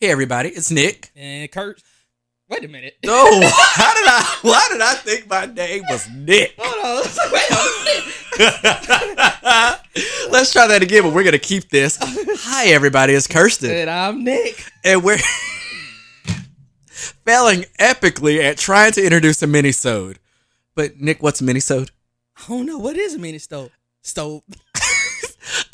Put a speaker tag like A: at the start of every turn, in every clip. A: Hey everybody, it's Nick.
B: And Kurt, wait a minute.
A: No, how did I? Why did I think my name was Nick?
B: Hold on. Wait a minute.
A: Let's try that again, but we're gonna keep this. Hi everybody, it's Kirsten,
B: And I'm Nick.
A: and we're failing epically at trying to introduce a minisode. But Nick, what's a minisode?
B: I don't know what is a mini stove. Stove.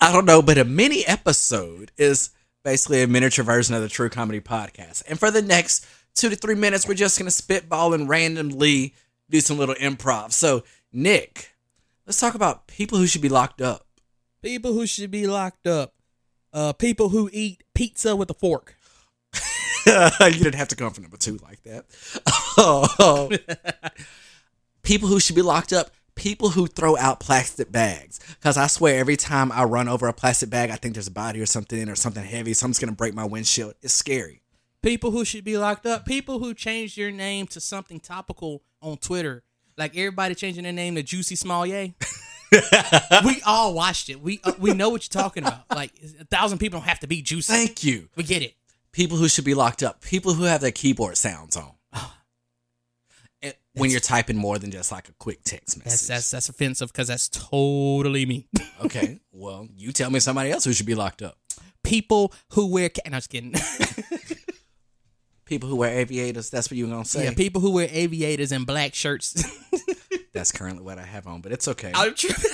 A: I don't know, but a mini episode is basically a miniature version of the True Comedy Podcast. And for the next two to three minutes, we're just going to spitball and randomly do some little improv. So, Nick, let's talk about people who should be locked up.
B: People who should be locked up. Uh, people who eat pizza with a fork.
A: you didn't have to come for number two like that. people who should be locked up. People who throw out plastic bags. Because I swear, every time I run over a plastic bag, I think there's a body or something in it or something heavy. Something's going to break my windshield. It's scary.
B: People who should be locked up. People who change their name to something topical on Twitter. Like everybody changing their name to Juicy Smallier. we all watched it. We uh, we know what you're talking about. Like a thousand people don't have to be juicy.
A: Thank you.
B: we get it.
A: people who should be locked up, people who have their keyboard sounds on. And when you're typing more than just like a quick text
B: That's
A: message.
B: that's that's offensive because that's totally me.
A: okay. Well, you tell me somebody else who should be locked up.
B: People who wear ca- no, I'm just kidding.
A: People who wear aviators, that's what you're going to say.
B: yeah, people who wear aviators and black shirts.
A: that's currently what I have on, but it's okay.
B: I'm tripping.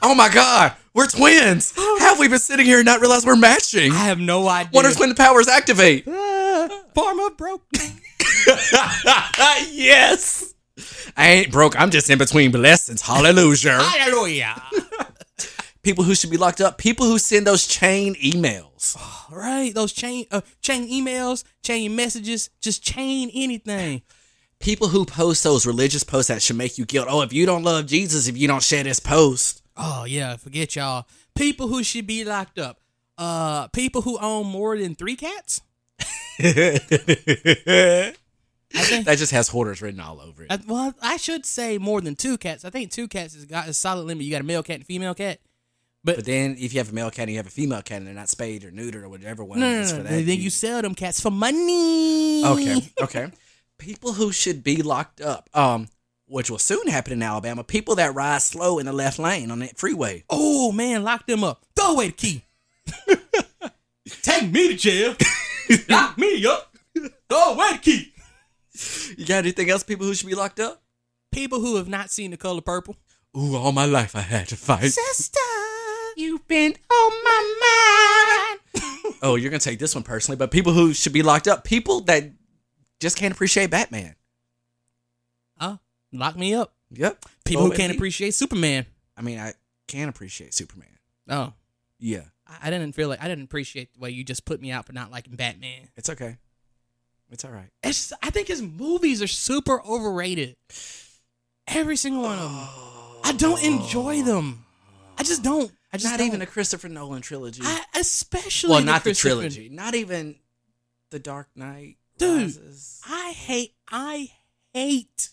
A: oh my God. We're twins. have we been sitting here and not realized we're matching?
B: I have no idea.
A: Wonder when the powers activate.
B: Form of broke.
A: yes. I ain't broke. I'm just in between blessings. Hallelujah.
B: Hallelujah.
A: people who should be locked up, people who send those chain emails.
B: All right, those chain uh, chain emails, chain messages, just chain anything.
A: people who post those religious posts that should make you guilt. Oh, if you don't love Jesus, if you don't share this post,
B: Oh yeah, forget y'all. People who should be locked up. Uh, people who own more than three cats.
A: that
B: I think.
A: just has hoarders written all over it.
B: I, well, I should say more than two cats. I think two cats has got a solid limit. You got a male cat and female cat.
A: But then, if you have a male cat and you have a female cat, and they're not spayed or neutered or whatever one
B: No,
A: it
B: no,
A: is
B: no.
A: for
B: no.
A: that,
B: Then you sell them cats for money.
A: okay, okay. People who should be locked up, um, which will soon happen in Alabama. People that ride slow in the left lane on that freeway.
B: Oh man, lock them up. Throw away the key. Take me to jail. lock me up. Throw away the key.
A: You got anything else? People who should be locked up?
B: People who have not seen the color purple.
A: Ooh, all my life I had to fight.
B: Sister, you've been on my mind.
A: Oh, you're gonna take this one personally, but people who should be locked up, people that just can't appreciate Batman.
B: oh, lock me up.
A: Yep.
B: People who
A: Oh,
B: can't
A: and-
B: appreciate Superman.
A: I mean, I can appreciate Superman.
B: Oh,
A: Yeah,
B: I- I didn't feel like I didn't appreciate the way you just put me out for not liking Batman.
A: it's okay. It's all right.
B: It's I think his movies are super overrated. Every single one of them. I don't enjoy them. I just don't. I just
A: Oh. Not
B: don't.
A: even the Christopher Nolan trilogy.
B: I especially
A: well, not the,
B: Christopher-
A: trilogy. Not even the Dark Knight.
B: Dude.
A: Rises.
B: I hate. I hate.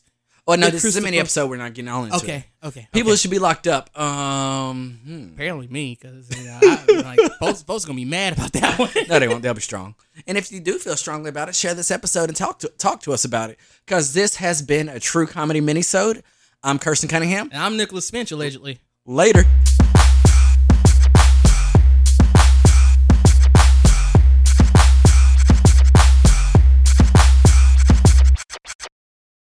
A: Oh no,
B: The
A: this is a mini
B: Christopher-
A: episode. We're not getting all into. it.
B: Okay. Okay.
A: People
B: okay.
A: should be locked up. Um. hmm.
B: apparently me because you know, I'm like folks, folks gonna be mad about that one.
A: No, they won't. They'll be strong. And if you do feel strongly about it, share this episode and talk to talk to us about it. Because this has been a true comedy minisode. I'm Kirsten Cunningham.
B: And I'm Nicholas Finch allegedly.
A: Later.